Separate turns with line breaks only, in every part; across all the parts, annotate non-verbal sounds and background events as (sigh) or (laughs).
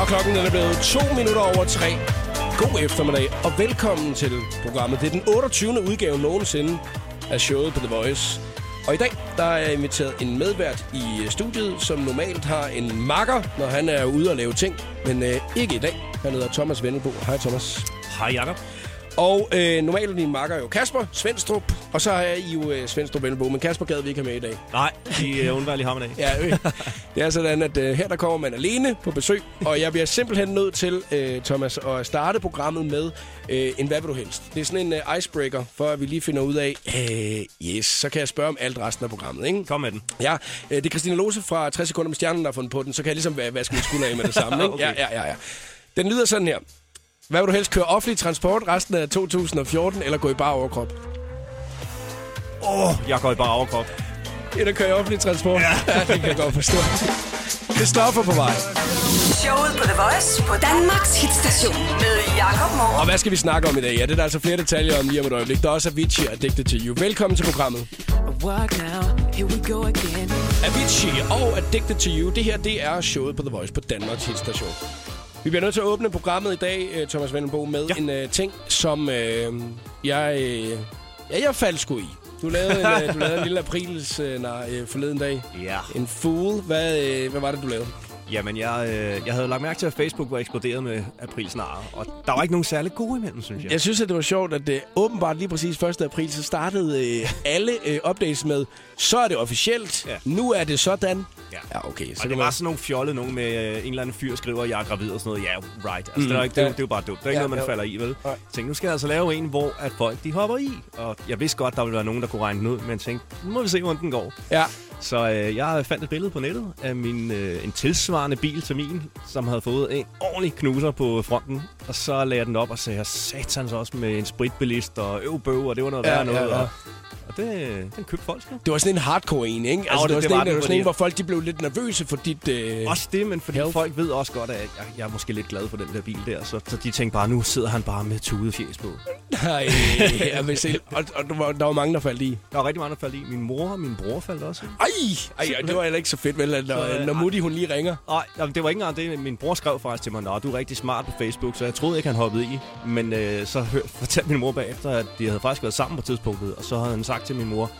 Og klokken den er blevet to minutter over tre. God eftermiddag, og velkommen til programmet. Det er den 28. udgave nogensinde af showet på The Voice. Og i dag, der er jeg inviteret en medvært i øh, studiet, som normalt har en makker, når han er ude og lave ting. Men øh, ikke i dag. Han hedder Thomas Vennelbo. Hej Thomas.
Hej Jakob.
Og øh, normalt er min makker er jo Kasper Svendstrup, og så har jeg jo øh, Svendstrup Vennelbo. Men Kasper gad vi ikke have med i dag.
Nej, de er undværlige ham i dag.
Ja, øh. det er sådan, at øh, her der kommer man alene på besøg, og jeg bliver simpelthen nødt til, øh, Thomas, at starte programmet med øh, en hvad vil du helst. Det er sådan en øh, icebreaker, for at vi lige finder ud af, øh, yes, så kan jeg spørge om alt resten af programmet, ikke?
Kom med den.
Ja, øh, det er Christina Lose fra 60 sekunder med stjernen, der har fundet på den, så kan jeg ligesom va- vaske min skulder af med det samme, ikke?
Okay.
Ja, ja, ja, ja. Den lyder sådan her. Hvad vil du helst køre offentlig transport resten af 2014, eller gå i bare overkrop?
Åh, oh, jeg går i bare overkrop.
End at køre i offentlig transport? (laughs) Ja. ja, det kan jeg godt forstå. Det stopper på vej.
Showet på The Voice på Danmarks hitstation med Jakob Morup.
Og hvad skal vi snakke om i dag? Ja, det er der altså flere detaljer om lige om et øjeblik. Der er også Avicii og Addicted to You. Velkommen til programmet.
Work now, here we go again.
Avicii og Addicted to You. Det her, det er showet på The Voice på Danmarks hitstation. Vi bliver nødt til at åbne programmet i dag, øh, Thomas Vendelbo, med ja.
Ja.
en øh, ting, som øh, jeg, øh, ja, jeg faldt sgu i. Du lavede en, øh, du lavede en lille aprils øh, nej, øh, forleden dag.
Ja.
En fool. Hvad, øh, hvad var det, du lavede?
Jamen, jeg, øh, jeg havde lagt mærke til, at Facebook var eksploderet med aprilsnare, og der var ikke nogen særlig gode imellem, synes jeg.
Jeg synes, at det var sjovt, at det åbenbart lige præcis 1. april, så startede øh, alle øh, updates med, så er det officielt, ja.
Ja.
nu er det sådan.
Ja.
ja okay. Så
Og det var sådan nogle fjollede nogen med øh, en eller anden fyr skriver, jeg er gravid og sådan noget. Ja, right. Altså, mm, det, er jo ikke, det, er,
ja.
jo- det er jo bare dumt. Det er ikke
Ja,
noget, man
ja.
falder i, vel?
Nej.
Jeg tænkte, nu skal jeg altså lave en, hvor at folk de hopper i. Og jeg vidste godt, der ville være nogen, der kunne regne den ud, men jeg tænkte, nu må vi se, hvordan den går.
Ja.
Så øh, jeg fandt et billede på nettet af min, øh, en tilsvarende bil til min, som havde fået en ordentlig knuser på fronten. Og så lagde jeg den op og sagde, satans også med en spritbilist og øvbøv, og det var noget
Ja,
ja, værre noget.
ja, ja.
Og, og det, den købte folk sgu.
Det var sådan en hardcore en, ikke? Altså,
det-
det var
det
sådan,
var
en,
den,
var sådan en,
fordi-
hvor folk de blev lidt nervøse for dit... Øh...
(laughs) Også det, men fordi
Help.
Help. folk ved også godt, at jeg, jeg er måske lidt glad for den der bil der. Så, så de tænkte bare, nu sidder han bare med tudefjes på.
(laughs) Nej, jeg vil
(laughs)
se. Og, og der, var, der var mange, der faldt i.
Der var rigtig mange, der faldt i. Min mor og min bror faldt også. i.
Ej, ej, ej, det var heller ikke så fedt, vel? At, når,
Så, øh,
når
ej.
Mutti, hun lige ringer.
Nej, jamen, det var ikke engang det. Min bror skrev faktisk til mig, at du er rigtig smart på Facebook, så jeg troede ikke, han hoppede i. Men øh, så hør, (laughs) fortalte min mor bagefter, at de havde faktisk været sammen på tidspunktet, og så havde han sagt til min mor,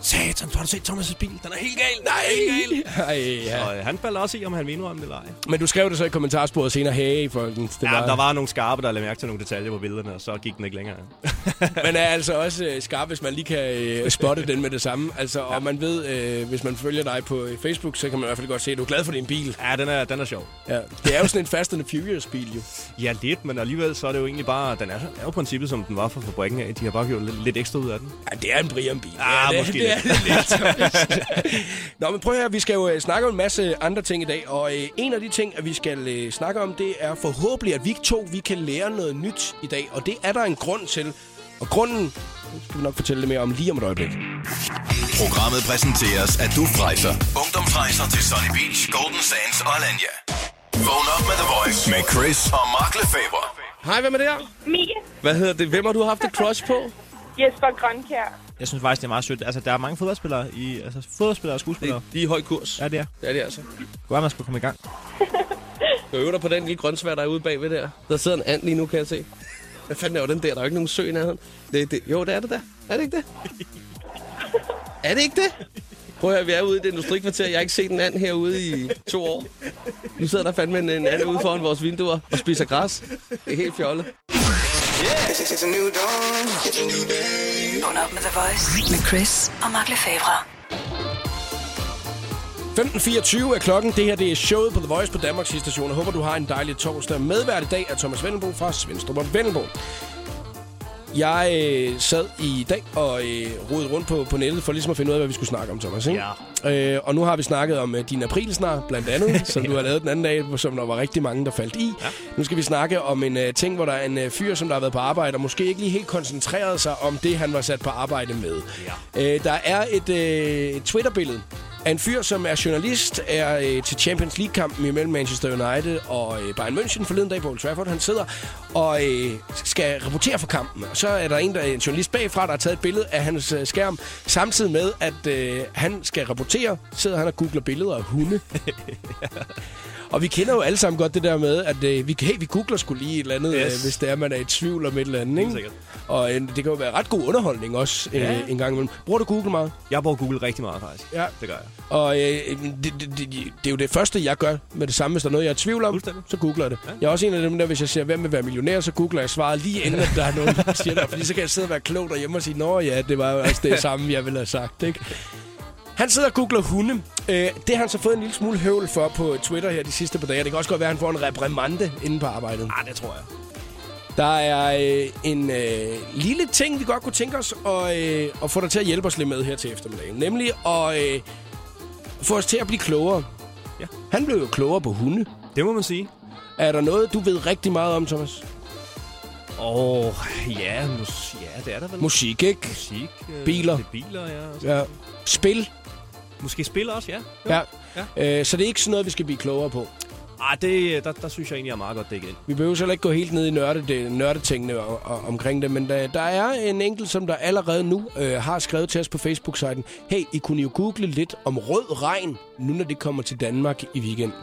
Satan, har du set Thomas' bil? Den er helt gal.
Nej, ej,
Ja.
ja.
Og øh, han faldt også i, om han ville indrømme det eller ej.
Men du skrev det så i kommentarsporet senere. Hey, folkens. Det
Ja, der var nogle skarpe, der lagde mærke til nogle detaljer på billederne, og så gik den ikke længere.
Man er altså også øh, skarp, hvis man lige kan øh, spotte den med det samme. Altså, ja. Og man ved, øh, hvis man følger dig på øh, Facebook, så kan man i hvert fald godt se, at du er glad for din bil.
(laughs) Ja, den er, den er sjov.
Ja. Det er jo sådan en Fast and the Furious-bil, jo.
Ja, lidt, men alligevel så er det jo egentlig bare, den er, er jo princippet, som den var fra fabrikken af. De har bare gjort lidt, lidt ekstra ud af den.
Ja, det er en Brian-bil.
Ah,
ja, det,
måske
det, er det lidt. Thomas. (laughs) Nå, men prøv her, vi skal jo øh, snakke om en masse andre ting i dag, og øh, en af de ting, at vi skal øh, snakke om, det er forhåbentlig, at vi to vi kan lære noget nyt i dag, og det er der en grund til. Og grunden det skal vi nok fortælle lidt mere om lige om et øjeblik.
Programmet præsenteres af DUF Rejser. Ungdomsrejser til Sunny Beach, Golden Sands og Alanya. Vågn op med The Voice med Chris og Mark Lefebvre.
Hej, hvem er det her?
Mie
Hvad hedder det? Hvem har du haft et crush på?
Jesper Grønkær.
Jeg synes faktisk, det er meget sødt. Altså, der er mange fodboldspillere, i, altså, fodboldspillere og skuespillere.
De er i høj kurs. Ja.
Ja, det er.
Det er det altså.
Godt, man skulle komme i gang.
Jeg øver dig på den lille grøntsvær, der er ude bagved der. Der sidder en and lige nu, kan jeg se. Hvad fanden er jo den der? Der er jo ikke nogen sø i nærheden. Det, det, jo, det er det der. Er det ikke det? Er det ikke det? Prøv at høre, vi er ude i det industrikvarter. Jeg har ikke set en and herude i to år. Nu sidder der fandme en, en and ude foran vores vinduer og spiser græs. Det er helt fjollet.
Vågn op med The Voice med Chris og Mark Lefebvre.
15.24 er klokken. Det her det er showet på The Voice på Danmarks station. Jeg håber, du har en dejlig torsdag. Medvært i dag er Thomas Vendelbo fra Svendstrup og Vendelbo. Jeg øh, sad i dag og øh, rodede rundt på, på nettet for ligesom at finde ud af, hvad vi skulle snakke om, Thomas. Ikke? Ja. Øh, og nu har vi snakket om øh, din aprilsnar, blandt
(laughs)
andet, som du har lavet den anden dag, hvor- som der var rigtig mange, der faldt i. Ja. Nu skal vi snakke om en øh, ting, hvor der er en øh, fyr, som der har været på arbejde, og måske ikke lige helt koncentreret sig om det, han var sat på arbejde med. Ja. Øh, der er et øh, Twitter-billede af en fyr, som er journalist, er øh, til Champions League-kampen imellem Manchester United og øh, Bayern München forleden dag på Old Trafford. Han sidder og øh, skal rapportere for kampen. Og så er der en, der en journalist bagfra, der har taget et billede af hans øh, skærm, samtidig med, at øh, han skal rapportere, sidder han og googler billeder af hunde. Og vi kender jo alle sammen godt det der med, at øh, vi, hey, vi googler skulle lige et eller andet, yes.
Yes.
øh, hvis det er, man er i tvivl om et eller andet. Ikke?
sikkert.
Og øh, det kan jo være ret god underholdning også øh, ja.
Ja.
en gang imellem. Bruger du Google meget?
Jeg bruger Google rigtig meget, faktisk.
Ja.
Det gør jeg.
Og øh, det, det, det, det er jo det første, jeg gør med det samme. Hvis der er noget, jeg er i tvivl om,
Fuldstændig.
så googler jeg det. Ja. Jeg er også en af dem der, hvis jeg siger, hvem vil være millionær, så googler jeg svaret lige inden, at der er nogen, der siger det. Fordi så kan jeg sidde og være klog derhjemme og sige, nå ja, det var jo også det samme, jeg ville have sagt. Ikke? Han sidder og googler hunde. Øh, det har han så fået en lille smule høvl for på Twitter her de sidste par dage. og Det kan også godt være, at han får en reprimande inde på arbejdet.
Ah, det tror jeg.
Der er øh, en øh, lille ting, vi godt kunne tænke os at, øh, at få dig til at hjælpe os lidt med her til eftermiddagen. Nemlig at øh, få os til at blive klogere.
Ja.
Han blev jo klogere på hunde.
Det må man sige.
Er der noget, du ved rigtig meget om, Thomas?
Åh, oh, ja, mus- ja, det er der vel.
Musik, ikke?
Musik. øh,
Biler.
Det er biler, ja. og så-
Ja. Spil.
Måske spil også, ja. Jo.
Ja. ja. Øh, så det er ikke sådan noget, vi skal blive klogere på.
Ah, det, der, der synes jeg egentlig, jeg er meget godt dækket ind.
Vi behøver heller ikke gå helt ned i nørde, det, nørdetingene og, og, omkring det, men der, der er en enkelt, som der allerede nu øh, har skrevet til os på Facebook-siden, hey, I kunne jo google lidt om rød regn, nu når det kommer til Danmark i weekenden.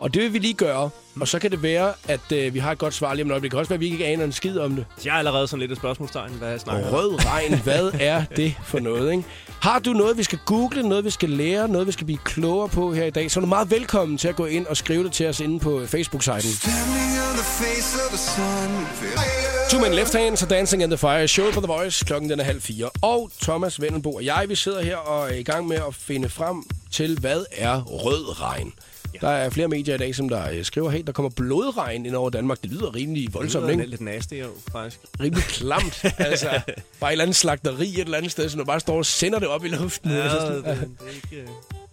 Og det vil vi lige gøre, og så kan det være, at øh, vi har et godt svar lige om et øjeblik. Det kan også være, at vi ikke aner en skid om det.
Så jeg er allerede sådan lidt et spørgsmålstegn, hvad jeg snakker
Og
om.
rød regn, hvad er det for noget, ikke? Har du noget, vi skal google, noget, vi skal lære, noget, vi skal blive klogere på her i dag, så er du meget velkommen til at gå ind og skrive det til os inde på Facebook-siden. Two Men Left Hands og Dancing in the Fire, show på The Voice, klokken den er halv fire. Og Thomas Vendelbo og jeg, vi sidder her og er i gang med at finde frem til, hvad er rød regn? Ja. Der er flere medier i dag, som der øh, skriver, hey, der kommer blodregn ind over Danmark. Det lyder rimelig
Det
voldsomt,
er
ikke?
lidt, lidt nasty, jo, faktisk.
rimelig klamt. altså, bare et eller andet slagteri et eller andet sted, så du bare står og sender det op i luften.
Ja,
altså,
det,
sådan,
det, er ikke... øh,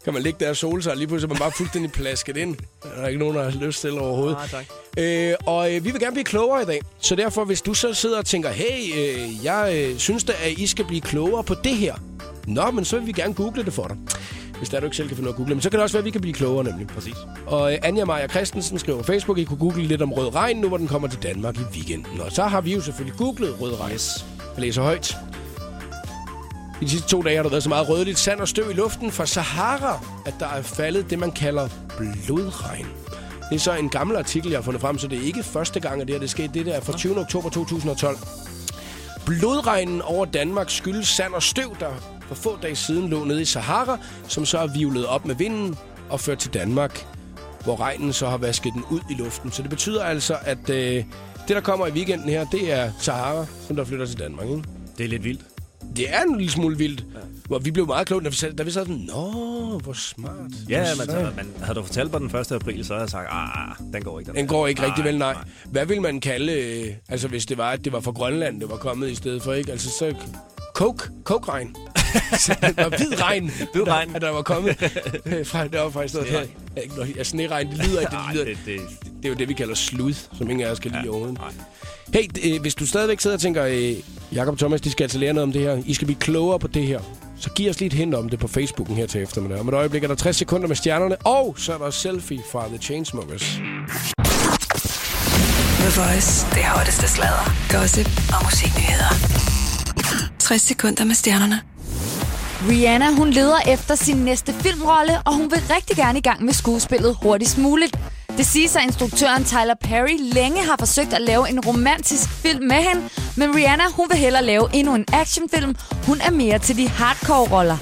kan man ligge der og sole sig, og lige pludselig er man bare fuldstændig plasket ind. Der er ikke nogen, der har lyst til overhovedet.
Nej, Ah, tak.
Øh, og øh, vi vil gerne blive klogere i dag. Så derfor, hvis du så sidder og tænker, hey, øh, jeg øh, synes da, at I skal blive klogere på det her. Nå, men så vil vi gerne google det for dig. Hvis der du ikke selv kan finde noget at google, men så kan det også være, at vi kan blive klogere nemlig.
Præcis.
Og øh, Anja Maja Christensen skriver på Facebook, I kunne google lidt om rød regn, nu hvor den kommer til Danmark i weekenden. Og så har vi jo selvfølgelig googlet rød regn. Yes. Jeg læser højt. I de sidste to dage har der været så meget rødligt sand og støv i luften fra Sahara, at der er faldet det, man kalder blodregn. Det er så en gammel artikel, jeg har fundet frem, så det er ikke første gang, at det her det er sket. Det der er fra 20. oktober 2012. Blodregnen over Danmark skyldes sand og støv, der for få dage siden lå nede i Sahara, som så er vivlet op med vinden og ført til Danmark, hvor regnen så har vasket den ud i luften. Så det betyder altså, at øh, det, der kommer i weekenden her, det er Sahara, som der flytter til Danmark. Ikke?
Det er lidt vildt.
Det er en lille smule vildt, ja. hvor vi blev meget kloge, da vi sad, da vi sad sådan, Nå, hvor smart.
Ja, men altså, man, havde du fortalt mig den 1. april, så havde jeg sagt, ah, den går ikke.
Den går ikke rigtig
Nej,
vel, nej.
nej.
Hvad vil man kalde, øh, altså hvis det var, at det var fra Grønland, det var kommet i stedet for, ikke? Altså så coke,
(laughs)
coke-regn. Så det var hvid regn,
Hvid regn.
Der, der var kommet øh, fra deroppe i stedet for. Ja, ikke noget- Ja, sneregn, det lyder ikke, det
Nej,
lyder...
det, det,
Det er jo det, vi kalder slud, som ingen af os kan lide overhovedet.
nej.
Hey, d- øh, hvis du stadigvæk sidder og tænker, øh, Jakob og Thomas, de skal altså lære noget om det her. I skal blive klogere på det her. Så giv os lige et hint om det på Facebooken her til eftermiddag. Om et øjeblik er der 60 sekunder med stjernerne, og så er der selfie fra The Chainsmokers.
The Voice. Det hotteste sladder, gossip og musiknyheder. 60 sekunder med stjernerne.
Rihanna, hun leder efter sin næste filmrolle, og hun vil rigtig gerne i gang med skuespillet hurtigst muligt. Det siger sig, at instruktøren Tyler Perry længe har forsøgt at lave en romantisk film med hende, men Rihanna, hun vil hellere lave endnu en actionfilm. Hun er mere til de hardcore-roller.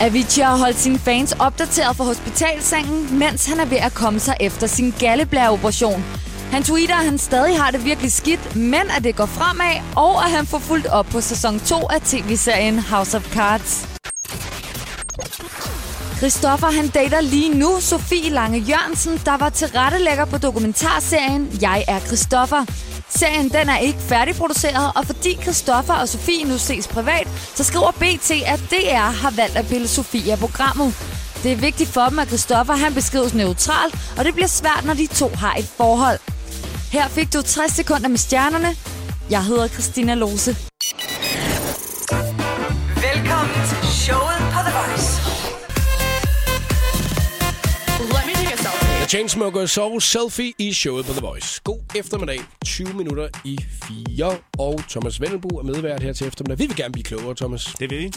Avicii har holdt sine fans opdateret fra hospitalsengen, mens han er ved at komme sig efter sin galleblæreoperation. Han tweeter, at han stadig har det virkelig skidt, men at det går fremad, og at han får fuldt op på sæson 2 af tv-serien House of Cards. Christoffer han dater lige nu Sofie Lange Jørgensen, der var tilrettelægger på dokumentarserien Jeg er Christoffer. Serien den er ikke færdigproduceret, og fordi Christoffer og Sofie nu ses privat, så skriver BT, at DR har valgt at pille Sofie af programmet. Det er vigtigt for dem, at Christoffer han beskrives neutralt, og det bliver svært, når de to har et forhold. Her fik du 60 sekunder med stjernerne. Jeg hedder Christina Lose.
Velkommen til showet på The Voice.
The Chainsmokers og Selfie i showet på The Voice. God eftermiddag, 20 minutter i 4. Og Thomas Vennelbo er medvært her til eftermiddag. Vi vil gerne blive klogere, Thomas.
Det vil vi.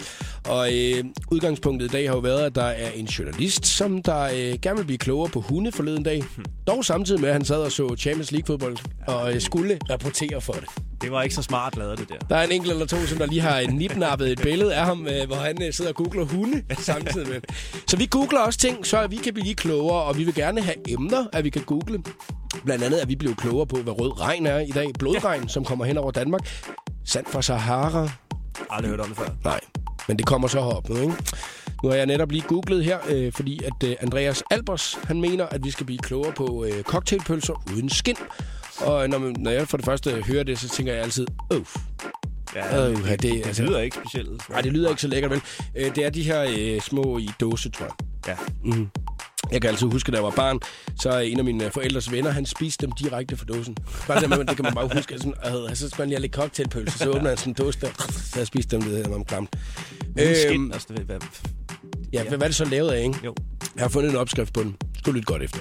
Og øh, udgangspunktet i dag har jo været, at der er en journalist, som der øh, gerne vil blive klogere på hunde forleden dag. Dog samtidig med, at han sad og så Champions League-fodbold og øh, skulle rapportere for det.
Det var ikke så smart lavet, det der.
Der er en enkelt eller to, som der lige har øh, nipnappet et billede af ham, øh, hvor han øh, sidder og googler hunde samtidig med. Så vi googler også ting, så vi kan blive lige klogere, og vi vil gerne have emner, at vi kan google. Blandt andet, at vi blev klogere på, hvad rød regn er i dag. Blodregn, som kommer hen over Danmark. Sand fra Sahara.
Aldrig hørt om det før.
Nej, men det kommer så herop nu, ikke? Nu har jeg netop lige googlet her, øh, fordi at øh, Andreas Albers, han mener, at vi skal blive klogere på øh, cocktailpølser uden skind. Og øh, når, man, når jeg for det første hører det, så tænker jeg altid, åh,
Ja,
Øh, ja, det-
det
altså-
lyder ikke specielt.
nej, det lyder ikke så lækkert, vel? Øh, det er de her øh, små i dåse, tror jeg.
Ja.
Jeg kan altid huske, da jeg var barn, så en af mine øh, forældres venner, han spiste dem direkte fra dåsen. Bare det, der med, det kan man bare huske. Sådan, øh, så skal man lige have lidt cocktailpølse, så åbner han sådan en dåse der, så jeg spiste dem ved om klamt.
Øhm, skin, altså, det, hvad,
Ja, hvad hvad er det så lavet af, ikke?
jo.
Jeg har fundet en opskrift på den. Skal lytte godt efter.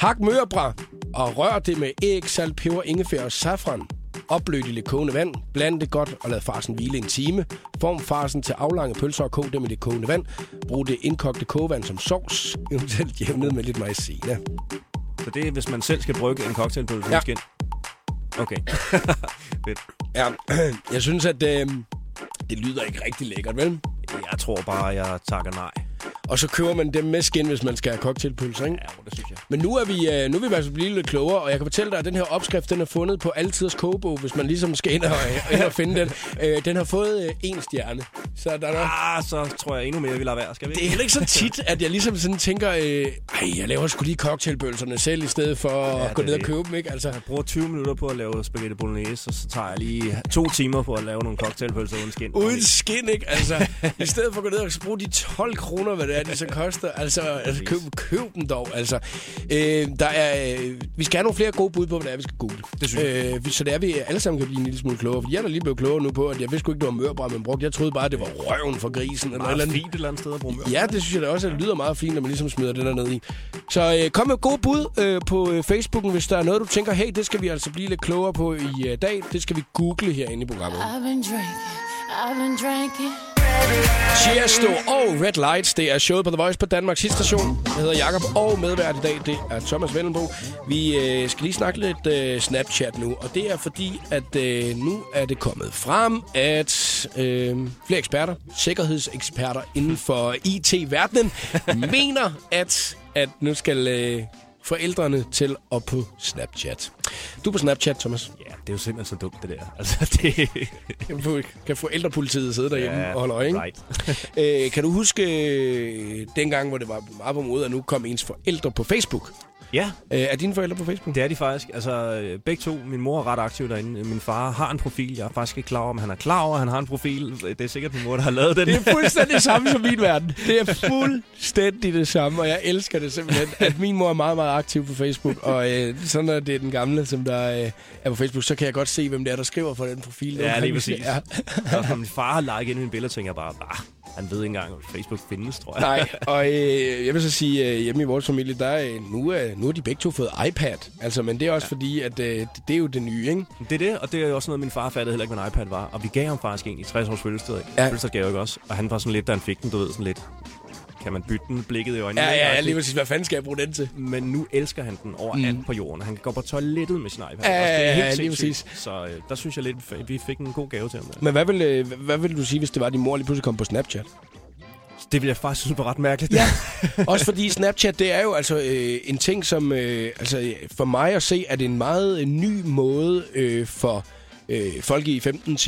Hak mørbra og rør det med æg, salt, peber, ingefær og safran. Opløb i lidt kogende vand, bland det godt og lad farsen hvile en time. Form farsen til aflange pølser og kog dem i det kogende vand. Brug det indkogte kogevand som sovs, eventuelt jævnet med lidt maizena.
Så det er, hvis man selv skal brygge en cocktailpølse
Ja.
ja. skin. Okay. Fedt.
Ja, (clears throat) jeg synes, at øh, det lyder ikke rigtig lækkert, vel?
jeg tror bare, jeg takker nej.
Og så køber man dem med skin, hvis man skal have cocktailpølser, ikke?
Ja, jo, det synes jeg.
Men nu er vi, øh, nu er vi i hvert fald blevet lidt klogere, og jeg kan fortælle dig, at den her opskrift, den er fundet på Altiders kogebog, hvis man ligesom skal ind og, øh, ind og finde den. Øh, den har fået øh, en stjerne, så der er nok...
Ah, så tror jeg endnu mere, vi lader være. Skal vi
Det er heller ikke så tit, at jeg ligesom sådan tænker, øh, ej, jeg laver sgu lige cocktailbølserne selv, i stedet for ja,
det
at gå
er
ned og
det.
købe dem, ikke? Altså,
Jeg bruger 20 minutter på at lave spaghetti bolognese, og så tager jeg lige to timer på at lave nogle cocktailpølser uden skin.
uden skin, ikke? Altså, i stedet for at gå ned og bruge de 12 kroner, hvad det er, de så koster, altså, altså køb, køb dem dog, altså. Øh, der er, øh, vi skal have nogle flere gode bud på, hvad det er, vi skal google. Det synes jeg. Øh, vi- så det er, vi alle sammen kan blive en lille smule klogere, fordi jeg er da lige blevet klogere nu på, at jeg vidste sgu ikke, det var mørbræd, man brugte. Jeg troede bare, det var røven for grisen eller noget
Meget
eller andet.
fint et eller andet sted at bruge mør.
Ja, det synes jeg da også, at det lyder meget fint, når man ligesom smider det der ned i. Så øh, kom med gode bud øh, på øh, Facebooken, hvis der er noget, du tænker, hey, det skal vi altså blive lidt klogere på i øh, dag. Det skal vi google herinde i programmet.
I've been drinking, I've been drinking.
Tiesto og Red Lights, det er showet på The Voice på Danmarks station. Jeg hedder Jakob og medvært i dag, det er Thomas Vendelbo. Vi øh, skal lige snakke lidt øh, Snapchat nu, og det er fordi, at øh, nu er det kommet frem, at øh, flere eksperter, sikkerhedseksperter inden for (laughs) IT-verdenen, mener, at, at nu skal øh, forældrene til op på Snapchat. Du er på Snapchat, Thomas.
Ja, det er jo simpelthen så dumt, det der. Altså, (laughs) det...
Kan forældrepolitiet sidde derhjemme
Ja,
og holde øje, ikke?
Right.
Øh, kan du huske øh, dengang, hvor det var meget på mode, at nu kom ens forældre på Facebook?
Ja,
Øh, er dine forældre på Facebook?
Det er de faktisk. Altså, øh, begge to. Min mor er ret aktiv derinde. Min far har en profil. Jeg er faktisk ikke klar over, om han er klar over, at han har en profil. Det er sikkert min mor, der har lavet den.
Det er fuldstændig det samme som min verden. Det er fuldstændig det samme, og jeg elsker det simpelthen, at min mor er meget, meget aktiv på Facebook. Og øh, sådan er det er den gamle, som der øh, er på Facebook, så kan jeg godt se, hvem det er, der skriver for den profil.
Ja, lige præcis.
Ja.
Og når min far har liket ind i mine billeder, tænker jeg bare, ah, han ved ikke engang, om Facebook findes, tror jeg.
Nej, og øh, jeg vil så sige, øh, hjemme i vores familie, der er, øh, nu, er, nu er de begge to fået iPad. Altså, men det er også ja. fordi, at øh, det- det er jo det nye, ikke?
Det er det, og det er jo også noget, min far fattede heller ikke, hvad en iPad var. Og vi gav ham faktisk en i 60 års fødselsdag.
Ja.
Ja. Fødselsdagsgave ikke også. Og han var sådan lidt, da han fik den, du ved, sådan lidt, kan man bytte den, blikket i øjnene.
Ja,
ikke?
ja, ja,
Og
lige
sådan-
præcis. Hvad fanden skal jeg bruge den til?
Men nu elsker han den overalt mm. på jorden. Han kan gå på toilettet med sin iPad.
Ja,
også. Det
ja,
er helt
ja, lige
sindssygt. Så øh, der synes jeg lidt, at vi fik en god gave til ham. Der.
Men hvad vil, øh, hvad vil du sige, hvis det var, at din mor lige pludselig kom på Snapchat?
Det ville jeg faktisk synes var ret mærkeligt.
(laughs) Også fordi Snapchat, det er jo altså øh, en ting, som øh, altså, øh, for mig at se, er det en meget øh, ny måde øh, for øh, folk i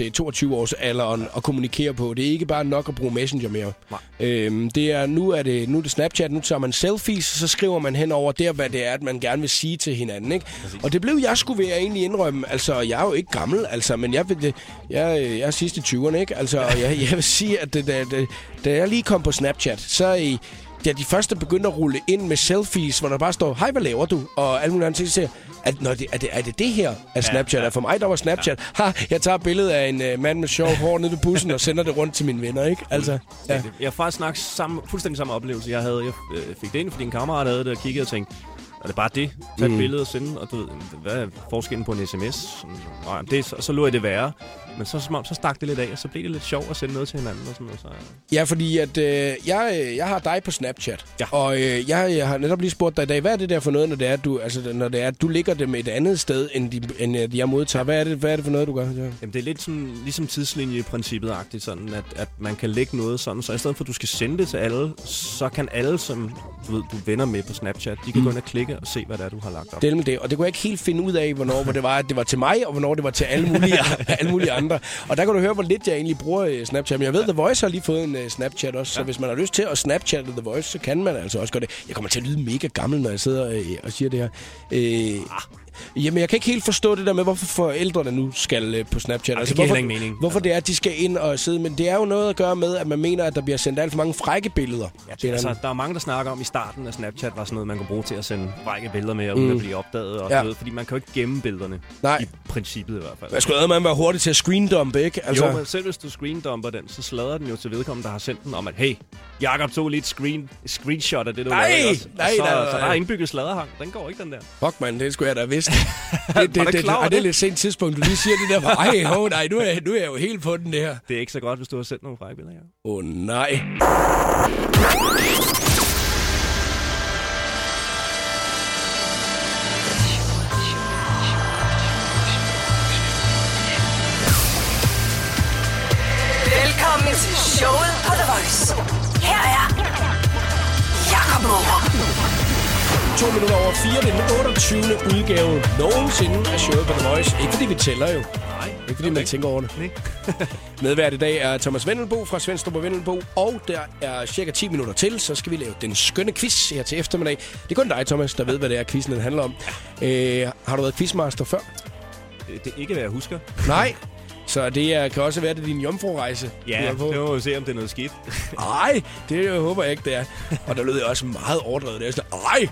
15-22 års alderen at kommunikere på. Det er ikke bare nok at bruge Messenger mere.
Nej.
Øhm, det er, nu, er det, nu er det Snapchat, nu tager man selfies, og så skriver man hen over der, hvad det er, at man gerne vil sige til hinanden. Ikke? Og det blev jeg sgu ved at egentlig indrømme. Altså, jeg er jo ikke gammel, altså, men jeg, vil- jeg, øh, jeg er sidst i 20'erne, ikke? Altså, og jeg, jeg vil sige, at det, da, da, da jeg lige kom på Snapchat, så i da de første begyndte at rulle ind med selfies, hvor der bare står, hej, hvad laver du? Og alle mulige andre ting, så siger jeg, at, når det, er, det, er det det her, at Snapchat ja, ja. er? For mig, der var Snapchat, ha, jeg tager et billede af en øh, mand med sjov hår nede ved bussen og sender det rundt til mine venner, ikke? Altså, ja.
Jeg har faktisk nok samme, fuldstændig samme oplevelse, jeg havde. Jeg øh, fik det ind, fordi en kammerat havde det og kiggede og tænkte, Er det bare det? Tag et billede og sende, og du ved, hvad er forskellen på en sms? Sådan, Nej, men det, er så, så lå jeg det være. Men så, som om, så stak det lidt af, og så blev det lidt sjovt at sende noget til hinanden. Og sådan, og så,
Ja, fordi at, øh, jeg, øh, jeg har dig på Snapchat,
Ja.
og øh, jeg, jeg har netop lige spurgt dig i dag, hvad er det der for noget, når det er, at du, altså, når det er, at du ligger dem et andet sted, end, de, end at jeg modtager? Hvad er det, hvad er det for noget, du gør? Ja.
Jamen, det er lidt sådan, ligesom tidslinjeprincippet-agtigt, sådan at, at man kan lægge noget sådan, så i stedet for, at du skal sende det til alle, så kan alle, som du, ved, du venner med på Snapchat, de kan mm. gå ind og klikke og se, hvad det er, du har lagt op.
Det er nemlig det, og det kunne jeg ikke helt finde ud af, hvornår hvor det var, at det var til mig, og hvornår det var til alle mulige, (laughs) alle mulige andre. Og der kan du høre, hvor lidt jeg egentlig bruger øh, Snapchat. Men jeg ved, The Voice har lige fået en øh, Snapchat også, så hvis man har lyst til at Snapchatte The Voice, så kan man altså også godt det. Jeg kommer til at lyde mega gammel, når jeg sidder øh, og siger det her. Øh, jamen, jeg kan ikke helt forstå det der med, hvorfor forældrene nu skal øh, på Snapchat.
det giver
hvorfor,
heller ikke mening. Altså-
Hvorfor det er, at de skal ind og sidde. Men det er jo noget at gøre med, at man mener, at der bliver sendt alt for mange frække billeder.
Ja, det,
til
altså,
hinanden.
der er mange, der snakker om i starten, at Snapchat var sådan noget, man kunne bruge til at sende række billeder med, uden mm. at blive opdaget. Og
Ja.
ja. noget, fordi man kan jo ikke gemme billederne.
Nej.
I princippet i hvert fald.
Hvad skulle man være hurtig til at screendumpe, ikke?
Altså... Jo, men selv hvis du screendumper den, så slader den jo til vedkommende, der har sendt den om, at hey, Jakob tog lige et screen, screenshot af det, du
Nej!
lavede. ikke også? Og
Nej,
så,
nej, nej.
så der er indbygget sladerhang. Den går ikke, den der.
Fuck, mand, det skulle jeg da
(laughs)
vidst. det,
Var
det,
du
det,
klar over
ej, det er
det?
lidt sent tidspunkt, du lige siger det der. Ej, ho, nej, nu er, jeg- nu er jeg jo helt på den det her.
Det er ikke så godt, hvis du har sendt nogle frække billeder, Jacob.
Åh, oh, nej.
Velkommen til showet på The Voice. Her er Jakob Morup.
To minutter over fire, det er den 28. udgave nogensinde af showet på The Voice. Ikke fordi vi tæller jo. Nej. Ikke fordi man tænker over det.
Nej.
Medvært i dag er Thomas Vendelbo fra Svendstrup og Vendelbo, og der er cirka 10 minutter til, så skal vi lave den skønne quiz her til eftermiddag. Det er kun dig, Thomas, der ved, hvad det er, quizzen den handler om. Øh, har du været quizmaster før?
(laughs) Det er ikke, hvad jeg husker.
Nej. Så det er, kan også være, det er din jomfru-rejse. du
Ja,
er på.
det må vi se, om det er noget
(laughs)
skidt.
Ej, det håber jeg ikke, det er. Og der lød jeg også meget overdrevet. Det er sådan, ej,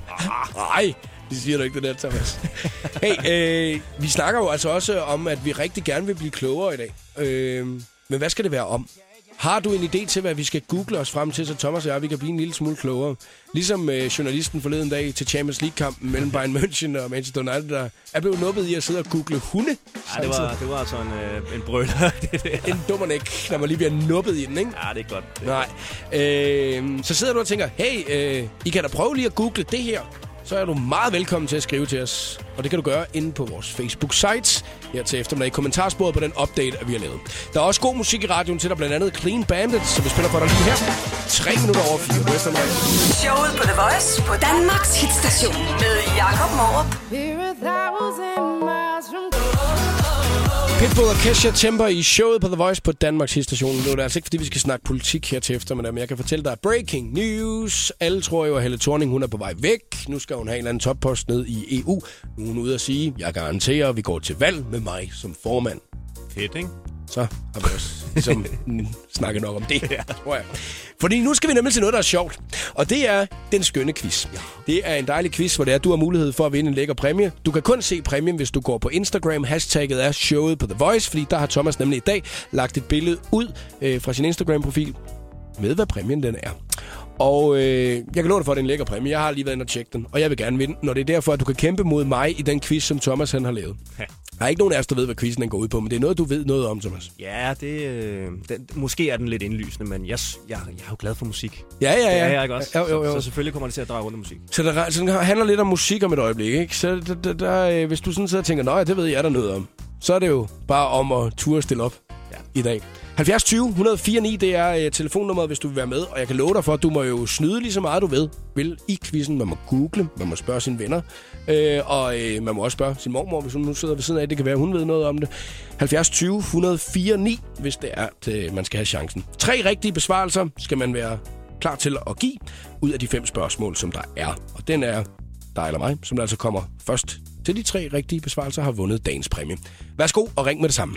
ej. Det siger du ikke, det der, Thomas.
(laughs)
Hey, øh, vi snakker jo altså også om, at vi rigtig gerne vil blive klogere i dag. Øh, men hvad skal det være om? Har du en idé til, hvad vi skal google os frem til, så Thomas og jeg vi kan blive en lille smule klogere? Ligesom øh, journalisten forleden dag til Champions League-kampen mellem Bayern München og Manchester United, der er blevet nuppet i at sidde og google hunde.
Ja, det, var, det var altså en, øh, en brøler. (laughs) det der.
En dummer ikke, når man lige bliver nuppet i den, ikke?
Ja, det er ikke godt. Det-
Nej. Øh, så sidder du og tænker, hey, øh, I kan da prøve lige at google det her. Så er du meget velkommen til at skrive til os. Og det kan du gøre inde på vores Facebook-site her til eftermiddag i kommentarsporet på den update, at vi har lavet. Der er også god musik i radioen til dig, blandt andet Clean Bandit, som vi spiller for dig lige her. 3 minutter over 4 på eftermiddag.
Showet på The Voice på Danmarks hitstation med Jakob Morup.
We're a thousand miles from
Pitbull og Kesha Temper i showet på The Voice på Danmarks station. Nu er det altså ikke, fordi vi skal snakke politik her til eftermiddag, men jeg kan fortælle dig breaking news. Alle tror jo, at Helle Thorning hun er på vej væk. Nu skal hun have en eller anden toppost ned i EU. Nu er hun ude at sige, jeg garanterer, at vi går til valg med mig som formand.
Fedt, ikke?
Så har vi også ligesom, mm, snakket nok om det, tror jeg. Fordi nu skal vi nemlig til noget, der er sjovt. Og det er den skønne quiz. Det er en dejlig quiz, hvor det er, du har mulighed for at vinde en lækker præmie. Du kan kun se præmien, hvis du går på Instagram. Hashtagget er showet på The Voice, fordi der har Thomas nemlig i dag lagt et billede ud øh, fra sin Instagram-profil med, hvad præmien den er. Og øh, jeg kan love dig for, at det er en lækker præmie. Jeg har lige været inde og tjekke den, og jeg vil gerne vinde den. Og det er derfor, at du kan kæmpe mod mig i den quiz, som Thomas han har lavet.
Ja.
Der er ikke nogen af os, der ved, hvad quizzen den går ud på, men det er noget, du ved noget om, Thomas.
Ja, det, øh, den, måske er den lidt indlysende, men jeg, s- jeg, jeg er jo glad for musik.
Ja, ja, ja.
Det er jeg ikke også?
Jo, jo,
Så,
jo.
så
Så,
selvfølgelig kommer det til at dreje rundt om musik.
så, der, så det handler lidt om musik om et øjeblik, ikke? Så der, der, der, øh, hvis du sådan sidder og tænker, nej, det ved jeg der noget om, så er det jo bare om at turde stille op
Ja.
i dag. 70 20 104 9, det er øh, telefonnummeret, hvis du vil være med. Og jeg kan love dig for, at du må jo snyde lige så meget, du ved. Vil i quizzen. Man må google, man må spørge sine venner. Øh, og øh, man må også spørge sin mormor, hvis hun nu sidder ved siden af. Det kan være, hun ved noget om det. 70 20 104 9, hvis det er, at øh, man skal have chancen. Tre rigtige besvarelser skal man være klar til at give ud af de fem spørgsmål, som der er. Og den er dig eller mig, som der altså kommer først til de tre rigtige besvarelser, har vundet dagens præmie. Værsgo og ring med det samme.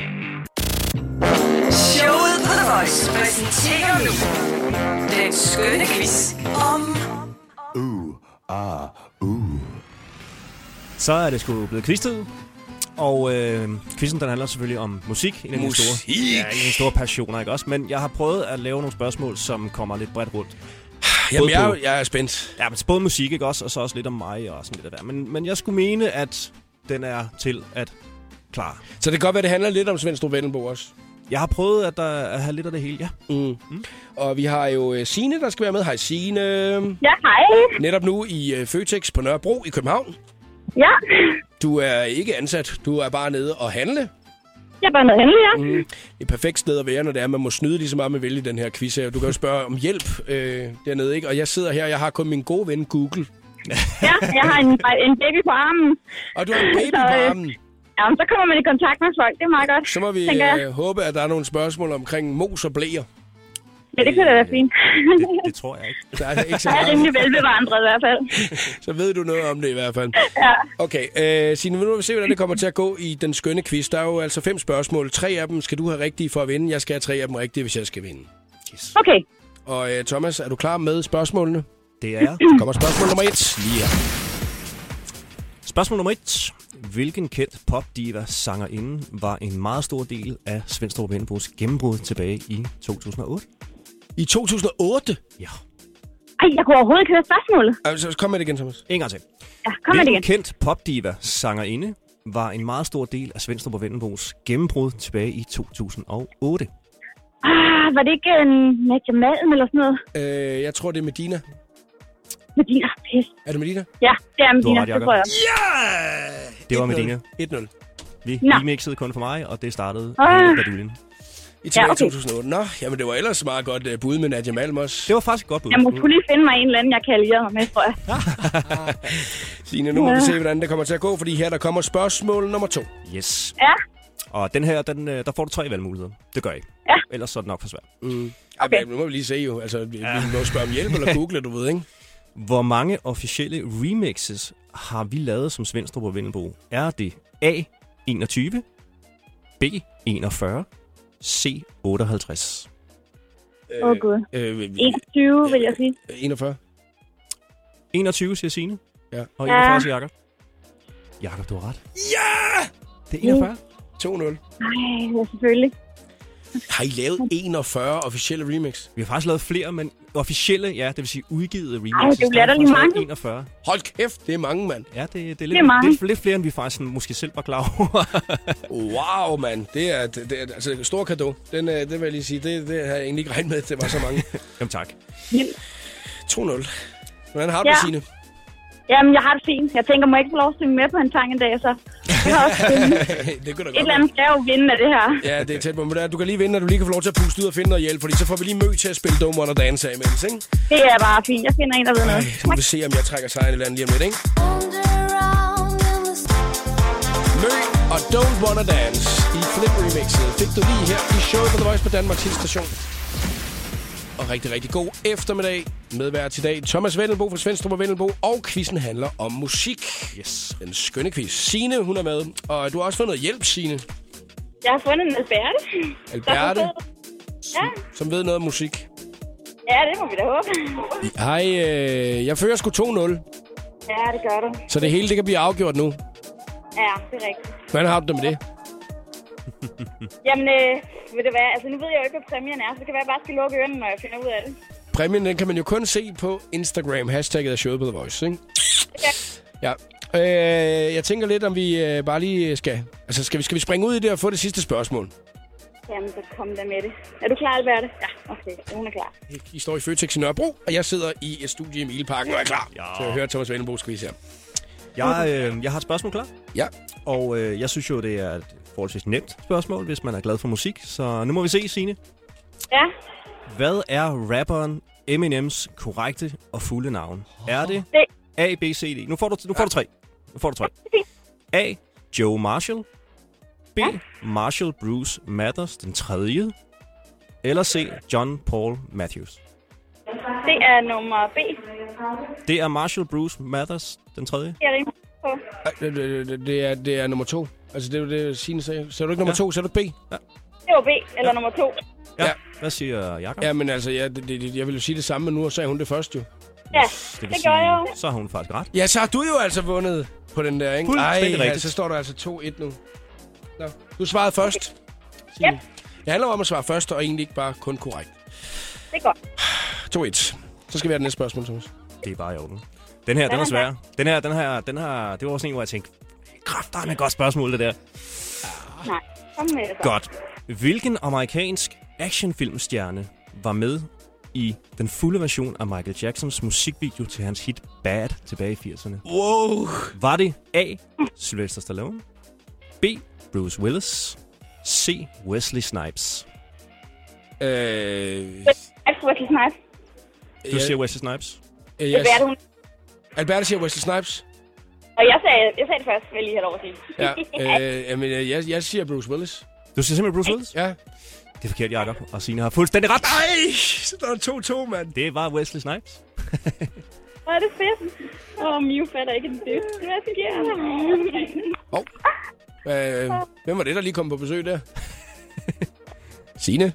Showet på The Voice præsenterer nu den skønne quiz om
Så er det sgu blevet quiztid. Og øh, quizzen den handler selvfølgelig om musik. En af mine store, ja, en af mine store passioner, ikke også? Men jeg har prøvet at lave nogle spørgsmål, som kommer lidt bredt rundt.
Jamen, jeg, er
på-
jo- jeg er spændt.
Ja, men både musik, ikke også? Og så også lidt om mig og sådan lidt af hver. Men, men jeg skulle mene, at den er til at klare.
Så det kan godt være, det handler lidt om Svendstrup Vendelbo også.
Jeg har prøvet at, der, at have lidt af det hele, ja.
Mm. Mm. Og vi har jo øh, Sine, der skal være med. Hej Sine.
Ja, hej.
Netop nu i øh, Føtex på Nørrebro i København.
Ja,
Du er ikke ansat, du er bare nede og handle.
jeg er bare noget handel, ja.
Mm. Et perfekt sted at være, når det er, man må snyde lige så meget med vælge den her quiz her. Du kan jo spørge om hjælp øh, dernede, ikke? Og jeg sidder her, jeg har kun min gode ven Google.
Ja, jeg har en, en baby på armen.
Og du har en baby på
Så, øh,
armen.
Jamen, så kommer man i kontakt med folk. Det er meget godt,
Så må vi
tænker jeg.
øh, håbe, at der er nogle spørgsmål omkring mos og blæer.
Ja, det kunne da være fint.
Det, det tror jeg ikke.
Der er ikke så
(laughs) Jeg er
meget.
rimelig velbevandret i hvert fald.
Så ved du noget om det i hvert fald.
Ja.
Okay, øh, Signe, nu må vi se, hvordan det kommer til at gå i den skønne quiz. Der er jo altså fem spørgsmål. Tre af dem skal du have rigtige for at vinde. Jeg skal have tre af dem rigtige, hvis jeg skal vinde.
Okay.
Og øh, Thomas, er du klar med spørgsmålene?
Det er
Kommer spørgsmål nummer et lige her.
Spørgsmål nummer et. Hvilken kendt popdiva sangerinde var en meget stor del af Svendstrup Vendelbos gennembrud tilbage i 2008?
I 2008?
Ja.
Ej, jeg kunne overhovedet ikke høre spørgsmålet.
Altså, kom med det igen, Thomas.
En gang til.
Ja, kom med det
Hvilken
igen.
kendt popdiva sangerinde var en meget stor del af Svendstrup Vendelbos gennembrud tilbage i 2008?
Ah, var det ikke en Nadia Malm eller sådan noget?
Øh, jeg tror, det er Medina.
Medina, pis.
Er det Medina?
Ja, det er Medina,
ret,
det
Jacob.
tror jeg.
Det var Medina.
1-0.
Vi
Nå.
remixede kun for mig, og det startede
Ah.
med Badulien.
I tilbage
okay.
2008. Nå, jamen det var ellers meget godt uh, bud med Nadia Malm også.
Det var faktisk et godt bud.
Jeg må kunne lige finde mig en eller anden, jeg kan alliere mig med, tror jeg.
Signe, nu må vi se, hvordan det kommer til at gå, fordi her der kommer spørgsmål nummer to.
Yes.
Ja,
Og den her, den, øh, der får du tre valgmuligheder. Det gør I.
Ja.
Ellers så er det nok for svært.
Okay. Jamen, nu må vi lige se jo. Altså, vi, ja. vi må spørge om hjælp eller google, du ved, ikke?
Hvor mange officielle remixes har vi lavet som Svendstrup og Vendelbo? Er det A. 21, B. 41, C. 58?
åh oh, gud.
Øh, vi- vi-
21, vil jeg sige.
41.
21, siger Signe.
Ja.
Og
Ja.
41, siger Jakob. Jakob, du har ret. Ja!
Mm.
Det er 41.
2-0.
Nej, ja, selvfølgelig.
Har I lavet 41 officielle remix?
Vi har faktisk lavet flere, men officielle, ja, det vil sige udgivet remixes.
Ej, det er jo
der
latterlig
faktisk lavet
mange.
41.
Hold kæft, det er mange, mand.
Ja, det, det, er lidt,
er mange.
lidt, lidt flere, end vi faktisk sådan, måske selv var klar over. (laughs)
Wow, mand. Det er, det, det er altså, et stort cadeau. Den, øh, det vil jeg lige sige. Det, det havde jeg egentlig ikke regnet med, at det var så mange.
Jamen tak.
2-0. Hvordan har du
Ja.
det, Signe? (laughs)
Jamen, jeg har det fint. Jeg tænker, må jeg ikke få lov at synge med på en sang en dag, så. Jeg har også et
det kunne da godt
eller
være.
andet skal jeg jo vinde af det her.
Ja, det er tæt på. Men det er, du kan lige vinde, og du lige kan få lov til at puste ud og finde noget hjælp, fordi så får vi lige mødt til at spille Dumb Under Dance af imens, ikke?
Det er bare fint. Jeg finder en, der ved
Ej,
noget.
så må vi se, om jeg trækker sejren eller andet lige om lidt, ikke? Lø og Don't Wanna Dance i Flip Remixet fik du lige her i showet på The Voice på Danmarks Station. Og rigtig, rigtig god eftermiddag. Medvært i dag Thomas Vendelbo fra Svendstrup og Vendelbo, og quizzen handler om musik.
Yes.
Den skønne quiz. Signe, hun er med, og du har også fået noget hjælp, Signe.
Jeg har fundet en Alberte.
Alberte.
Der Ja.
Som ved noget om musik.
ja, det må vi da håbe.
Hej, øh, jeg fører sgu 2-0,
Ja, det gør du.
så det hele det kan blive afgjort nu.
Ja, det er rigtigt.
Hvordan har du det med det?
Jamen, øh, ved det være, altså nu ved jeg jo ikke, hvad præmien er, så det kan være, at jeg bare skal lukke ørerne, når jeg finder ud af det.
Præmien, den kan man jo kun se på Instagram. Hashtagget er showet på The Voice, ikke? Ja. Øh, jeg tænker lidt, om vi øh, bare lige skal... Altså, skal vi, skal vi springe ud i det og få det sidste spørgsmål?
Jamen, så kom da med det. Er du klar, Alberte? Ja. Okay, hun er klar.
I står i Føtex i Nørrebro, og jeg sidder i et studie i Mileparken og er klar ja.
Ja.
til at høre Thomas Vendelbo's quiz her.
Jeg, øh, jeg har et spørgsmål klar,
Ja.
og øh, jeg synes jo, det er et forholdsvis nemt spørgsmål, hvis man er glad for musik. Så nu må vi se, Signe.
Ja.
Hvad er rapperen Eminems korrekte og fulde navn? Er det
Det.
A, B, C, D? Nu får du, nu får du tre. Nu får du tre. A. Joe Marshall. B. Marshall Bruce Mathers, den tredje. Eller C. John Paul Matthews.
Det er nummer B.
Det er Marshall Bruce Mathers, den tredje.
Jeg rimer på.
Ej, Det, Øh, det, det- det, er, det er nummer to. Altså, det er jo det, Signe sagde. Så er du ikke nummer ja.
Ja.
to, så er du B.
Det var B, eller nummer to.
Ja.
Ja.
Hvad siger Jakob?
Ja, men altså, ja, det, det, jeg vil jo sige det samme, men nu sagde hun det først jo.
Ja,
Det,
det gør jeg jo.
Så har hun faktisk ret.
Ja, så har du jo altså vundet på den der, ikke?
Fuldstændig
Ej,
rigtigt.
altså, så står der altså 2-1 nu. Nå, du svarede først. Signe.
Yep.
Det handler om at svare først, og egentlig ikke bare kun korrekt.
det er godt.
2-1. Så skal vi have det næste spørgsmål, Thomas. Øh,
Det er bare i orden. Den her, den er svær. Den her, den her, den her, det var også en, hvor jeg tænkte, kræfter er et godt spørgsmål, det der.
Nej, kom med det så.
Godt. Hvilken amerikansk actionfilmstjerne var med i den fulde version af Michael Jacksons musikvideo til hans hit Bad tilbage i 80'erne?
Wow.
Var det A. Sylvester Stallone, B. Bruce Willis, C. Wesley Snipes?
Øh,
Jeg skulle til snak.
Du siger Wesley Snipes?
øh,
Det
yes.
er det, hun.
Albert siger Wesley
(laughs)
Snipes.
Og jeg sagde, jeg sagde det først, vil jeg lige have lov at sige. (laughs)
Ja, øh, jamen, øh, jeg, jeg siger Bruce Willis.
Du siger simpelthen Bruce Willis?
Ja.
Det er forkert, Jacob. Og Signe har fuldstændig ret.
Ej, så der er 2-2, mand.
Det var Wesley Snipes.
Hvor er det fedt. Åh, oh, Miu fatter ikke en dyb. Hvad sker der?
Hov. Øh, hvem var det, der lige kom på besøg der? (laughs) Signe?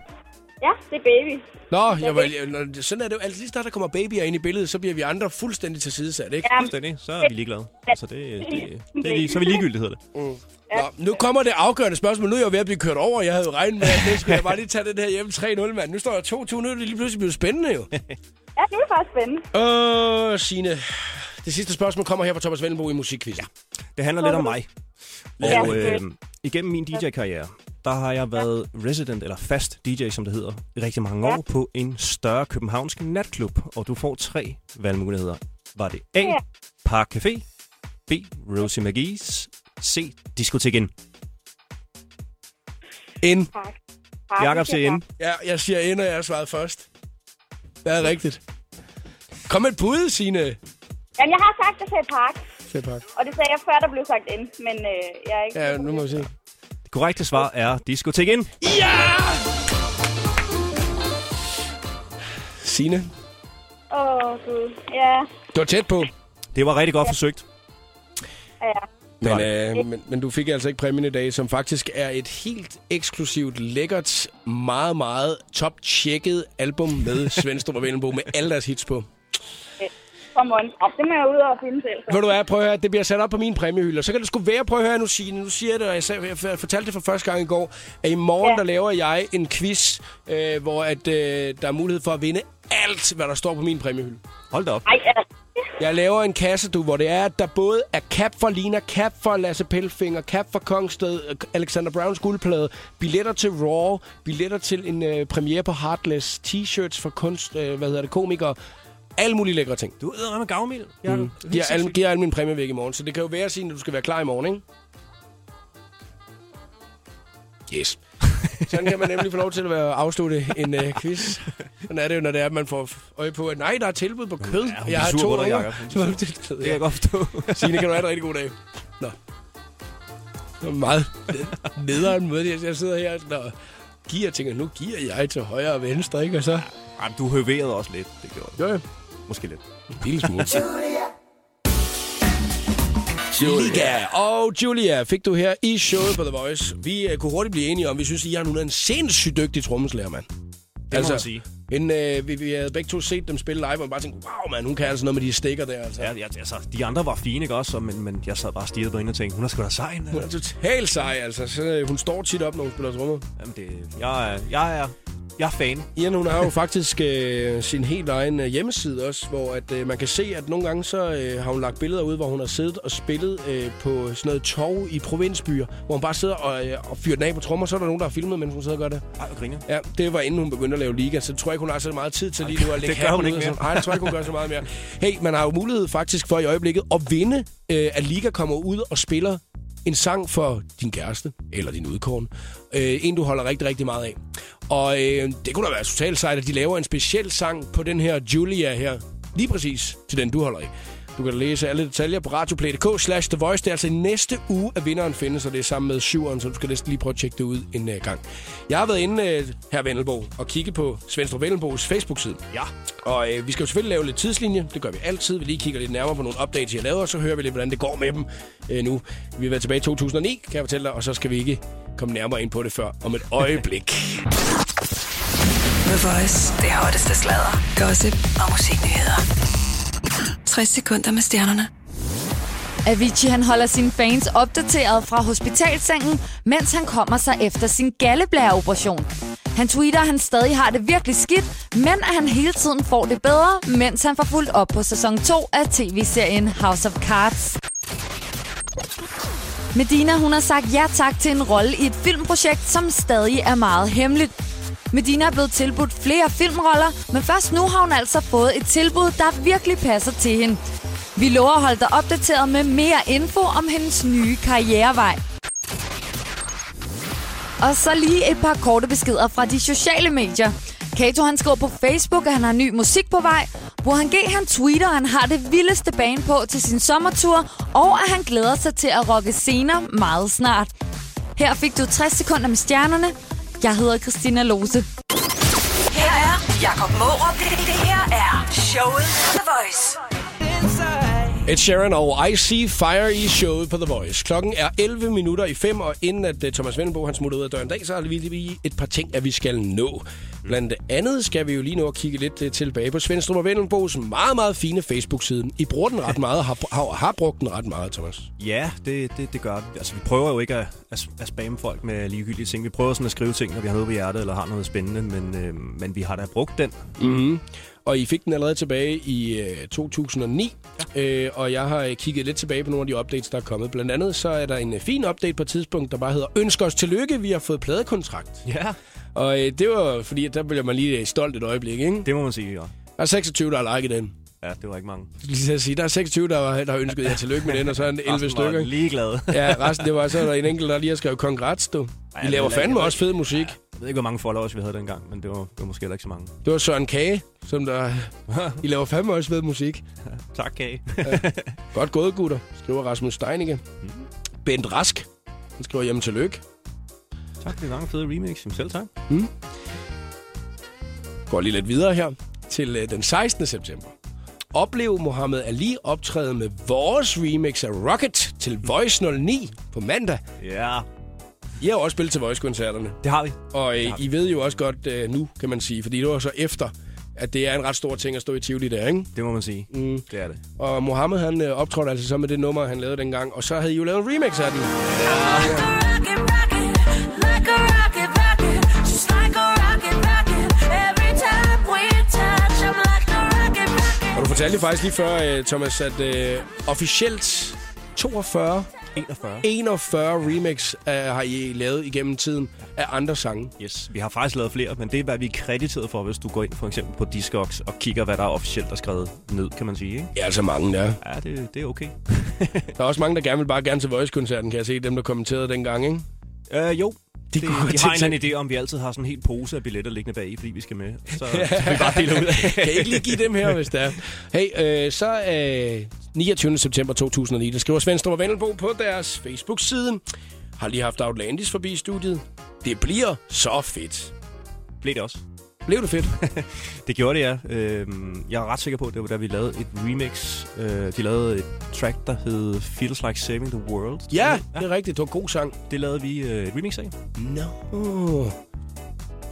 Ja, det er baby.
Nå, jeg var, jeg, nå, sådan er det jo. Altså, lige snart der kommer babyer ind i billedet, så bliver vi andre fuldstændig tilsidesat, ikke?
Ja,
Fuldstændig. Så er vi ligeglade. Så det, det, det, er lige, så er vi ligegyldige, hedder det.
Nå, nu kommer det afgørende spørgsmål. Nu er jeg jo ved at blive kørt over. Jeg havde jo regnet med, at det skulle jeg bare lige tage den her hjem 3-0, mand. Nu står jeg 2-2. Nu er det lige pludselig blevet spændende, jo.
ja det er faktisk spændende.
Åh, Signe. Det sidste spørgsmål kommer her fra Thomas Vendelbo i Musikquiz. Ja.
Det handler lidt om mig.
Ja,
Og øh,
selvfølgelig.
igennem min DJ-karriere, der har jeg været resident, eller fast DJ, som det hedder, i rigtig mange år på en større københavnsk natklub. Og du får tre valgmuligheder. Var det A.
Ja.
Park Café, B. Rosie McGee's, C. Diskoteken.
Ind.
Parken
Jakob siger ind.
Ja, jeg siger ind, og jeg har svaret først. Det er rigtigt. Kom med et bud, Signe.
Jamen, jeg har sagt, at jeg sagde park.
Fedt pak.
Og det sagde jeg før, der blev sagt ind. Men øh, jeg er ikke...
Ja, nu må vi se.
Det korrekte svar er Diskoteken.
Signe.
Åh, gud. Ja,
Du var tæt på.
Det var rigtig godt forsøgt.
ja.
Men,
Nej.
øh, men, men du fik altså ikke præmien i dag, som faktisk er et helt eksklusivt, lækkert, meget, meget top-tjekket album (laughs) med Svendstrup og Vendelbo med alle deres hits på.
Kom Øh, on. Op, det må jeg ud og finde selv. så.
Ved du hvad, prøv at høre, det bliver sat op på min præmiehylde. Så kan det sgu være, prøv at høre nu, Signe. Nu siger jeg det, og jeg, sagde, jeg fortalte det for første gang i går, at i morgen, ja.
Ja.
der laver jeg en quiz, øh, hvor at, øh, der er mulighed for at vinde alt, hvad der står på min præmiehylde.
Hold da op.
Ej, er der...
Jeg laver en kasse, du, hvor det er, at der både er cap for Lina, cap for Lasse Pelfinger, cap for Kongsted, øh, Alexander Browns guldplade, billetter til Raw, billetter til en øh, premiere på Heartless, t-shirts for kunst, øh, hvad hedder det, komikere, alle mulige lækre ting.
Du er med gavmild, Jacob. Mm.
Giver alle, giver alle min præmie væk i morgen, så det kan jo være, Signe, at du skal være klar i morgen, ikke?
(laughs)
Yes. Sådan kan man nemlig få lov til at være- afslutte en uh, quiz. Sådan er det jo, når det er, at man får øje på, at nej, der er tilbud på kød.
Ja, hun bliver sur på dig,
unger.
Jacob. Hun
Så
bliver
det-
Det kan
ja.
jeg godt forstå. (laughs)
Signe, kan du have en rigtig god dag. Nå. Det var meget ned- nederen måde. Jeg jeg sidder her og giver og tænker, nu giver jeg til højre og venstre, ikke? Og så...
Jamen, du høverede også lidt. Det gjorde du.
Jo, jo.
Måske lidt.
En lille smule. Julia. Og Julia fik du her i showet på The Voice. Vi uh, kunne hurtigt blive enige om, vi synes, at Jan hun er en sindssygt dygtig trommeslager, mand.
Det altså, må man sige.
En, øh, vi, vi havde begge to set dem spille live, og man bare tænkte, wow, man, hun kan altså noget med de stikker der. Altså.
Ja, ja, altså, de andre var fine, ikke også? Og- Men, men jeg sad bare og stirrede på hende og tænkte, hun er sgu da sej. hende der.
Hun er totalt sej, altså. Så, øh, hun står tit op, når hun spiller trommer.
Jamen, det, jeg, er, jeg, er, jeg er fan.
Ian, hun har jo faktisk øh, sin helt egen øh, hjemmeside også, hvor at, øh, man kan se, at nogle gange så øh, har hun lagt billeder ud, hvor hun har siddet og spillet øh, på sådan noget torv i provinsbyer, hvor hun bare sidder og, øh, og fyrer den af på trommer, så er der nogen, der har filmet, mens hun sidder og gør det.
Ej, hvor griner.
Ja, det var inden hun begyndte at lave liga, så tror jeg ikke, hun har så meget tid til lige nu at lægge
det gør hun
hatten
ikke
ud og
mere.
sådan. Nej, jeg tror ikke, hun gør så meget mere. Hey, man har jo mulighed faktisk for i øjeblikket at vinde, øh, at liga kommer ud og spiller en sang for din kæreste, eller din udkårne. Øh, en, du holder rigtig, rigtig meget af. Og øh, det kunne da være totalt sejt, at de laver en speciel sang på den her Julia her. Lige præcis til den, du holder af. Du kan læse alle detaljer på radioplay.dk slash The Voice. Det er altså i næste uge, at vinderen findes, og det er sammen med syveren, så du skal næsten lige prøve at tjekke det ud en uh, gang. Jeg har været inde, uh, her Vendelbo, og kigge på Svendstrup Vendelbos Facebook-side.
Ja.
Og øh, vi skal jo selvfølgelig lave lidt tidslinje. Det gør vi altid. Vi lige kigger lidt nærmere på nogle updates, jeg lavet, og så hører vi lidt, hvordan det går med dem øh, nu. Vi har været tilbage i 2009, kan jeg fortælle dig, og så skal vi ikke komme nærmere ind på det før om et øjeblik.
The Voice. Det hotteste sladder, gossip og musiknyheder. 60 sekunder med stjernerne.
Avicii han holder sine fans opdateret fra hospitalsengen, mens han kommer sig efter sin galleblæreoperation. Han tweeter, at han stadig har det virkelig skidt, men at han hele tiden får det bedre, mens han får fuldt op på sæson 2 af tv-serien House of Cards. Medina hun har sagt ja tak til en rolle i et filmprojekt, som stadig er meget hemmeligt. Medina er blevet tilbudt flere filmroller, men først nu har hun altså fået et tilbud, der virkelig passer til hende. Vi lover at holde dig opdateret med mere info om hendes nye karrierevej. Og så lige et par korte beskeder fra de sociale medier. Kato han skriver på Facebook, at han har ny musik på vej. Burhan G han tweeter, at han har det vildeste bane på til sin sommertur, og at han glæder sig til at rocke scener meget snart. Her fik du 60 sekunder med stjernerne. Jeg hedder Christina Lose.
Her er Jakob Mårup. Det, det, det her er showet på The Voice.
Ed Sheeran og I See Fire i showet på The Voice. Klokken er 11 minutter i 5, og inden at øh, Thomas Vendenbo han smutter ud af døren i dag, så har vi lige et par ting, at vi skal nå. Blandt andet skal vi jo lige nå at kigge lidt øh, tilbage på Svendstrup og Vendenbos meget, meget fine Facebook-side. I bruger den ret meget, og har, har, har brugt den ret meget, Thomas.
Ja, det, det, det gør vi. Altså, vi prøver jo ikke at, at, at spamme folk med ligegyldige ting. Vi prøver sådan at skrive ting, når vi har noget på hjertet, eller har noget spændende, men, øh, men vi har da brugt den.
Og I fik den allerede tilbage i øh, 2009, øh, og jeg har øh, kigget lidt tilbage på nogle af de updates, der er kommet. Blandt andet så er der en øh, fin update på et tidspunkt, der bare hedder Ønsk os tillykke, vi har fået pladekontrakt.
Ja.
Og øh, det var fordi, at der blev man lige øh, stolt et øjeblik, ikke?
Det må man sige, ja.
Der er 26, der har liket den.
Ja, det var ikke mange.
Lige til at sige, der er 26, der har, der har ønsket jer tillykke med den, og så
(laughs)
er den 11
Resten var
stykker.
ligeglade.
Ja, resten det var så er der en enkelt, der lige har skrevet kongrats, du.
Ej,
I
det
laver
er
fandme
ikke-
også fed musik.
Jeg ved ikke, hvor mange followers vi havde dengang, men det var, det var måske heller ikke så mange.
Det var Søren Kage, som
(laughs)
der... I laver fandme også fed musik.
Tak, Kage.
Godt gået, gutter, skriver Rasmus Steinicke.
Mm.
Bent Rask, han skriver hjem tillykke.
(laughs) tak for de mange fede remix. Jamen, Selv tak.
Går lige lidt videre her til øh, den 16. september. Oplev Mohammed Ali optræde med vores remix af Rocket til Voice 09 på mandag.
Ja,
I har jo også spillet til Voice-koncerterne.
det har vi.
Og øh, I ved jo også godt øh, nu, kan man sige, fordi det var så efter, at det er en ret stor ting at stå i Tivoli der, ikke?
Det må man sige.
Mm.
Det er det.
Og Mohammed han øh, optrådte altså så med det nummer, han lavede dengang, og så havde I jo lavet en remix af den. Og du fortalte faktisk lige før, øh, Thomas, at øh, officielt 42,
41.
41 remix øh, har I lavet igennem tiden af andre sange.
Yes, vi har faktisk lavet flere, men det er, hvad vi er krediteret for, hvis du går ind for eksempel på Discogs og kigger, hvad der er officielt er skrevet ned, kan man sige, ikke?
Ja, altså mange, der.
Ja, det, det er okay.
Der er også mange, der gerne vil bare gerne til Voice-koncerten, kan jeg se, dem der kommenterede dengang, (laughs) ikke?
(laughs) Øh, jo.
Det
Det, det,
kunne jeg
vi har
tænke
en eller anden idé om, vi altid har sådan en hel pose af billetter liggende bag i, fordi vi skal med. (laughs) Så, så vi bare deler ud af.
(laughs) kan I ikke lige give dem her, hvis det er. Hey, øh, så øh, 29. september 2009, der skriver Svendstrup og Vendelbo på deres Facebook-side. Har lige haft Outlandis forbi studiet. Det bliver så fedt.
Blev det også.
Blev (laughs) det fedt?
Det gjorde det, ja. Øhm, jeg er ret sikker på, at det var da vi lavede et remix. Øh, de lavede et track, der hed Feels Like Saving the World.
ja, det er rigtigt. Det var en god sang.
Det lavede vi øh, et remix af.
No.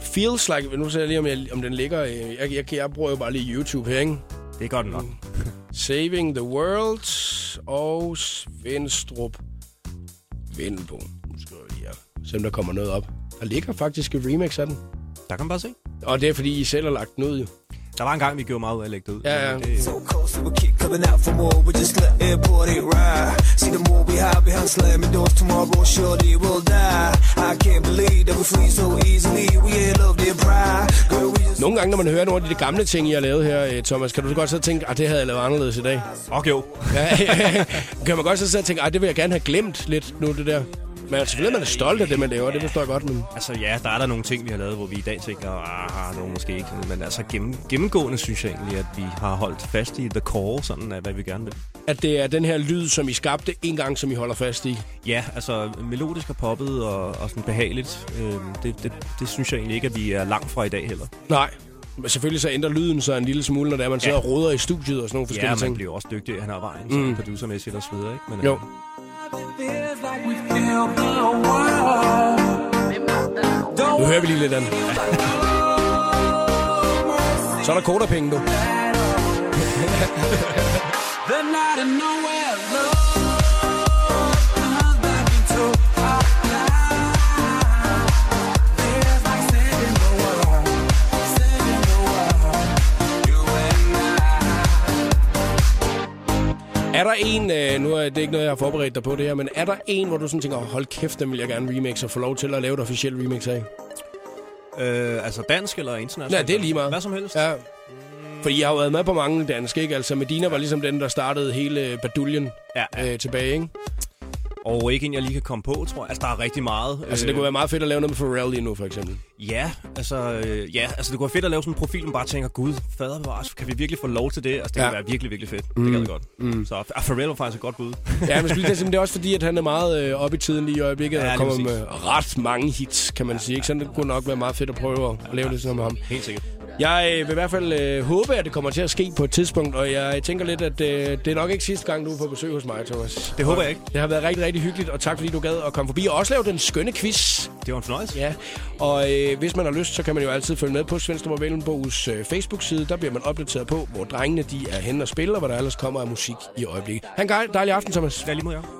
Feels like... Nu ser jeg lige, om, jeg, om den ligger... øh, Jeg, jeg, jeg bruger jo bare lige YouTube her, ikke?
Det er godt nok.
Saving the World og Svendstrup Vendelbo. Nu skriver jeg lige her. Se om der kommer noget op. Der ligger faktisk et remix af den.
Der kan man bare se.
Og det er, fordi I selv har lagt den ud, jo.
Der var en gang, vi gjorde meget ud af at lægge det ud.
Ja, ja.
Men Det,
So cold, so we keep coming out for more. We just let it body ride. See the more we hide behind slamming doors tomorrow, surely will die. I can't believe that we flee so easily. We ain't love their pride. Girl, we just
Nogle gange, når man hører nogle af de gamle ting, I har lavet her, øh, Thomas, kan du så godt så tænke, at det havde jeg lavet anderledes i dag?
okay, jo.
Ja, kan man godt så sidde og tænke, at det vil jeg gerne have glemt lidt nu, det der. Men altså, selvfølgelig man er stolt af det, man laver, det forstår jeg godt, men...
Altså ja, der er der nogle ting, vi har lavet, hvor vi i dag tænker, ah, nogle måske ikke. Men altså gennem, gennemgående synes jeg egentlig, at vi har holdt fast i the core, sådan af, hvad vi gerne vil.
At det er den her lyd, som I skabte en gang, som I holder fast i.
Ja, altså melodisk og poppet og, og sådan behageligt. Øhm, det, det, det, synes jeg egentlig ikke, at vi er langt fra i dag heller.
Nej. Men selvfølgelig så ændrer lyden sig en lille smule, når det er, man sidder
Ja.
og roder i studiet og sådan nogle
Ja,
forskellige
man
ting.
bliver også dygtig han har vejen, mm. producermæssigt og så videre, ikke? Men,
Jo.
feels like we feel the world.
Nu hører vi lige lidt andet. Så er der kodapenge, du.
The night and nowhere love. comes back into our lives. Feels like saving the world.
Er der en, øh, nu er det ikke noget, jeg har forberedt dig på det her, men er der en, hvor du sådan tænker, "Åh, hold kæft, den vil jeg gerne remix og få lov til at lave et officielt remix af?
Øh, altså dansk eller international?
Nej, det er lige meget.
Hvad som helst.
Ja. Fordi jeg har jo været med på mange danske, ikke? Altså, Medina var ligesom den, der startede hele øh, baduljen
Ja, ja.
øh, tilbage, ikke?
Og ikke en, jeg lige kan komme på, tror jeg. Altså, der er rigtig meget.
Altså, det kunne være meget fedt at lave noget med Pharrell lige nu, for eksempel.
Ja, altså, øh, ja, altså det kunne være fedt at lave sådan en profil, man bare tænker, gud, fader bevares, kan vi virkelig få lov til det? Altså, det ja.
Ja.
kan være virkelig, virkelig fedt. Mm. Det kan det godt. Mm. Så og Pharrell var faktisk et godt bud. (laughs)
Ja, men det er simpelthen også fordi, at han er meget øh, oppe i tiden lige i øjeblikket,
Ja,
og
lige
kommer
præcis.
med ret mange hits, kan man sige. Ikke? Så det kunne nok være meget fedt at prøve at lave det sådan med ham.
Helt sikkert.
Jeg øh, vil i hvert fald øh, håbe, at det kommer til at ske på et tidspunkt, og jeg tænker lidt, at øh, det er nok ikke sidste gang, du er på besøg hos mig, Thomas.
Det håber jeg ikke.
Det har været rigtig, rigtig hyggeligt, og tak fordi du gad at komme forbi og også lave den skønne quiz.
Det var en fornøjelse.
Ja, og øh, hvis man har lyst, så kan man jo altid følge med på Svendstrup og Vellenbogs øh, Facebook-side. Der bliver man opdateret på, hvor drengene de er henne og spiller, og hvad der ellers kommer af musik i øjeblikket. Han en dejlig aften, Thomas.
Ja, lige mod jer.